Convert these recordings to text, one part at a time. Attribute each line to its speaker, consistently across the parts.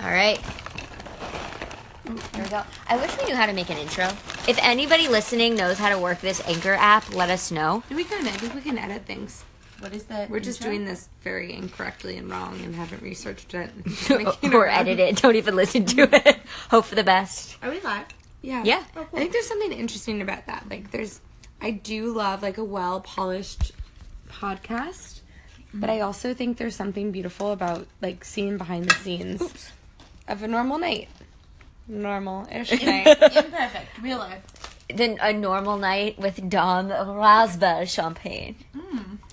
Speaker 1: right. Here we go. I wish we knew how to make an intro. If anybody listening knows how to work this Anchor app, let us know.
Speaker 2: We can. I think we can edit things.
Speaker 3: What is the?
Speaker 2: We're just
Speaker 3: intro?
Speaker 2: doing this very incorrectly and wrong, and haven't researched it.
Speaker 1: or edit it. Don't even listen to it. Hope for the best.
Speaker 3: Are we live?
Speaker 2: Yeah.
Speaker 1: Yeah.
Speaker 3: Oh,
Speaker 2: I think there's something interesting about that. Like, there's, I do love like a well polished podcast, but I also think there's something beautiful about like seeing behind the scenes of a normal night, normal-ish night.
Speaker 3: Imperfect. Real life.
Speaker 1: Then a normal night with Dom Rasba champagne.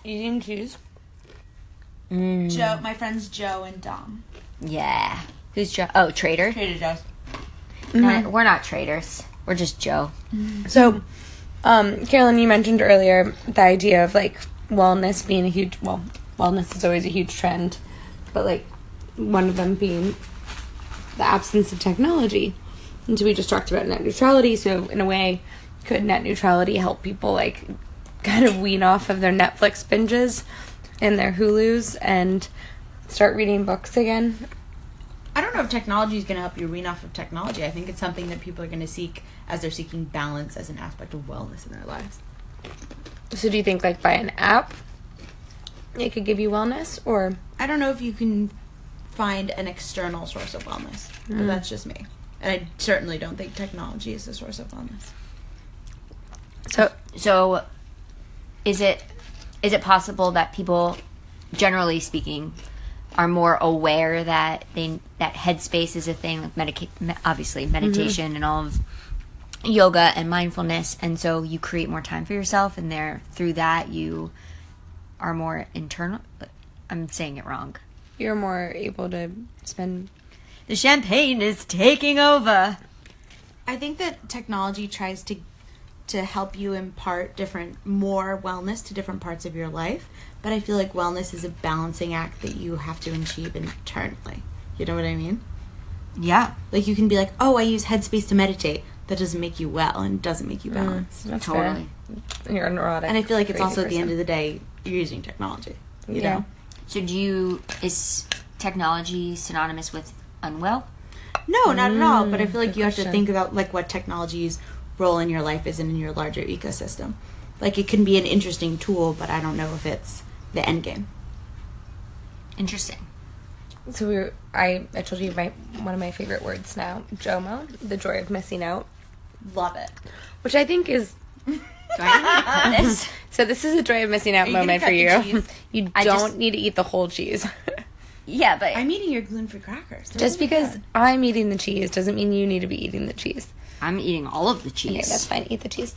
Speaker 2: Eating cheese.
Speaker 3: Joe, my friends Joe and Dom
Speaker 1: Yeah. Who's Joe? Oh, Trader.
Speaker 3: Trader Joe's.
Speaker 1: Not- we're not traders. We're just Joe.
Speaker 2: So, um, Carolyn, you mentioned earlier the idea of like wellness being a huge well, wellness is always a huge trend, but like one of them being the absence of technology. And so we just talked about net neutrality. So in a way, could net neutrality help people like kind of wean off of their Netflix binges and their Hulu's and start reading books again?
Speaker 3: I don't know if technology is going to help you wean off of technology. I think it's something that people are going to seek as they're seeking balance as an aspect of wellness in their lives.
Speaker 2: So do you think like by an app it could give you wellness or
Speaker 3: I don't know if you can find an external source of wellness, but that's just me. And I certainly don't think technology is the source of wellness.
Speaker 2: so
Speaker 1: So, is it is it possible that people, generally speaking, are more aware that they that headspace is a thing, like medica- me- obviously meditation and all of yoga and mindfulness, and so you create more time for yourself, and there through that you are more internal. I'm saying it wrong.
Speaker 2: you're more able to spend
Speaker 1: The champagne is taking over.
Speaker 3: I think that technology tries to to help you impart different more wellness to different parts of your life, but I feel like wellness is a balancing act that you have to achieve internally. You know what I mean?
Speaker 1: Yeah,
Speaker 3: Like you can be like, "Oh, I use Headspace to meditate." That doesn't make you well and doesn't make you balanced.
Speaker 2: that's
Speaker 1: totally.
Speaker 2: You're a neurotic.
Speaker 3: And I feel like it's also at the end of
Speaker 2: Mm. crazy
Speaker 3: the day you're using technology. You
Speaker 2: Yeah.
Speaker 3: know?
Speaker 1: So, do you is technology synonymous with unwell?
Speaker 3: No, not at all. But I feel like you have to
Speaker 2: Mm, question.
Speaker 3: think about like what technology's role in your life is and in your larger ecosystem. Like it can be an interesting tool, but I don't know if it's the end game.
Speaker 1: Interesting.
Speaker 2: person. So we were, I I told you my one of my favorite words now, Jomo, the joy of missing out,
Speaker 3: Love it.
Speaker 2: which I think is
Speaker 1: Do I need to cut this?
Speaker 2: so this is a joy of missing out
Speaker 3: you gonna
Speaker 2: moment
Speaker 3: cut
Speaker 2: for
Speaker 3: the
Speaker 2: you.
Speaker 3: cheese?
Speaker 2: you
Speaker 1: I
Speaker 2: don't
Speaker 1: just-
Speaker 2: need to eat the whole cheese.
Speaker 1: Yeah, but I'm,
Speaker 3: I'm eating your gluten-free crackers. They're
Speaker 2: Just
Speaker 3: really
Speaker 2: because
Speaker 3: good.
Speaker 2: I'm eating the cheese doesn't mean you need to be eating the cheese.
Speaker 1: eating all of the
Speaker 2: Okay,
Speaker 1: cheese.
Speaker 2: that's fine. Eat the cheese.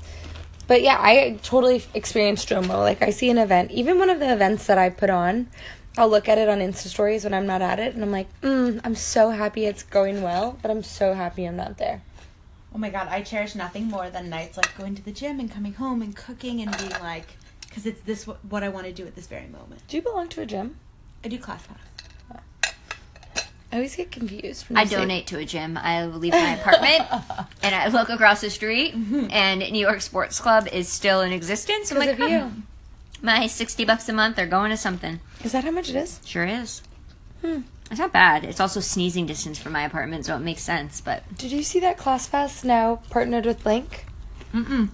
Speaker 2: But yeah, I totally f- experienced Jomo. Like I see an event, even one of the events that I put on, I'll look at it on Insta stories when I'm not at it, and I'm like, mm, I'm so happy it's going well, but I'm so happy I'm not there.
Speaker 3: Oh my god, I cherish nothing more than nights like going to the gym and coming home and cooking and being like, because it's this wh- what I want to do at this very moment.
Speaker 2: Do you belong to a gym?
Speaker 3: I do class pass.
Speaker 2: I always get confused. When
Speaker 1: I
Speaker 2: you say-
Speaker 1: donate to a gym. I leave my apartment and I look across the street,
Speaker 2: Mm-hmm.
Speaker 1: and New York Sports Club is still in existence. I'm
Speaker 2: 'Cause
Speaker 1: like,
Speaker 2: of
Speaker 1: "Huh,
Speaker 2: you.
Speaker 1: my sixty bucks a month are going to something.
Speaker 2: Is that how much it is?
Speaker 1: Sure is.
Speaker 2: Hmm.
Speaker 1: It's not bad. It's also sneezing distance from my apartment, so it makes sense. But
Speaker 2: Did you see that ClassPass now partnered with Blink?
Speaker 3: Mm-mm.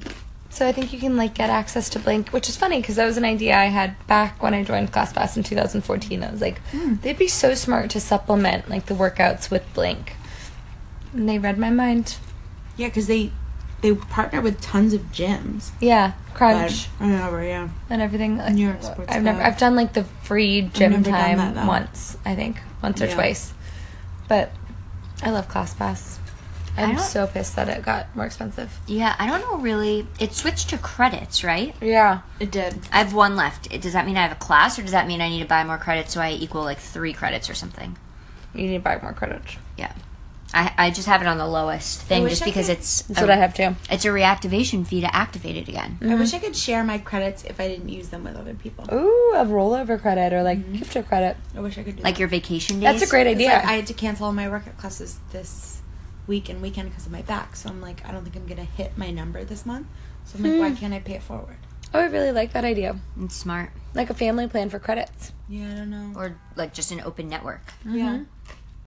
Speaker 2: So I think you can like get access to Blink, which is funny because that was an idea I had back when I joined ClassPass in 2014. I was like, they'd be so smart to supplement like the workouts with Blink, and they read my mind.
Speaker 3: Yeah, because they they partner with tons of gyms.
Speaker 2: Yeah,
Speaker 3: But,
Speaker 2: Crunch
Speaker 3: I don't know, but yeah.
Speaker 2: and everything. Like,
Speaker 3: New York Sports
Speaker 2: I've never,
Speaker 3: Club.
Speaker 2: I've done like the free gym
Speaker 3: never done
Speaker 2: time
Speaker 3: that, though.
Speaker 2: once, I think, once or
Speaker 3: Yeah.
Speaker 2: twice. But I love ClassPass.
Speaker 1: I
Speaker 2: I'm
Speaker 1: don't-
Speaker 2: so pissed that it got more expensive.
Speaker 1: yeah, I don't know really. It switched to credits, right?
Speaker 2: Yeah,
Speaker 3: It did.
Speaker 1: I have one left. It- Does that mean I have a class, or does that mean I need to buy more credits so I equal like three credits or something?
Speaker 2: you need to buy more credits.
Speaker 1: Yeah, I I just have it on the lowest thing
Speaker 3: wish
Speaker 1: just
Speaker 3: I
Speaker 1: because
Speaker 3: could-
Speaker 1: it's
Speaker 2: That's
Speaker 1: a,
Speaker 2: what I have too.
Speaker 1: it's a reactivation fee to activate it again.
Speaker 2: Mm-hmm.
Speaker 3: I wish I could share my credits if I didn't use them with other people.
Speaker 2: Ooh, a rollover credit or like gift of credit.
Speaker 3: I wish I could do
Speaker 1: Like
Speaker 3: that.
Speaker 1: your vacation days.
Speaker 2: That's a great
Speaker 3: It's
Speaker 2: idea.
Speaker 3: like I had to cancel all my workout classes this week and weekend because of my back. So I'm like, I don't think I'm gonna hit my number this month. So I'm like, why can't I pay it forward?
Speaker 2: oh, I really like that idea.
Speaker 1: It's smart.
Speaker 2: Like a family plan for credits.
Speaker 3: Yeah, I don't know.
Speaker 1: Or like just an open network.
Speaker 3: Yeah.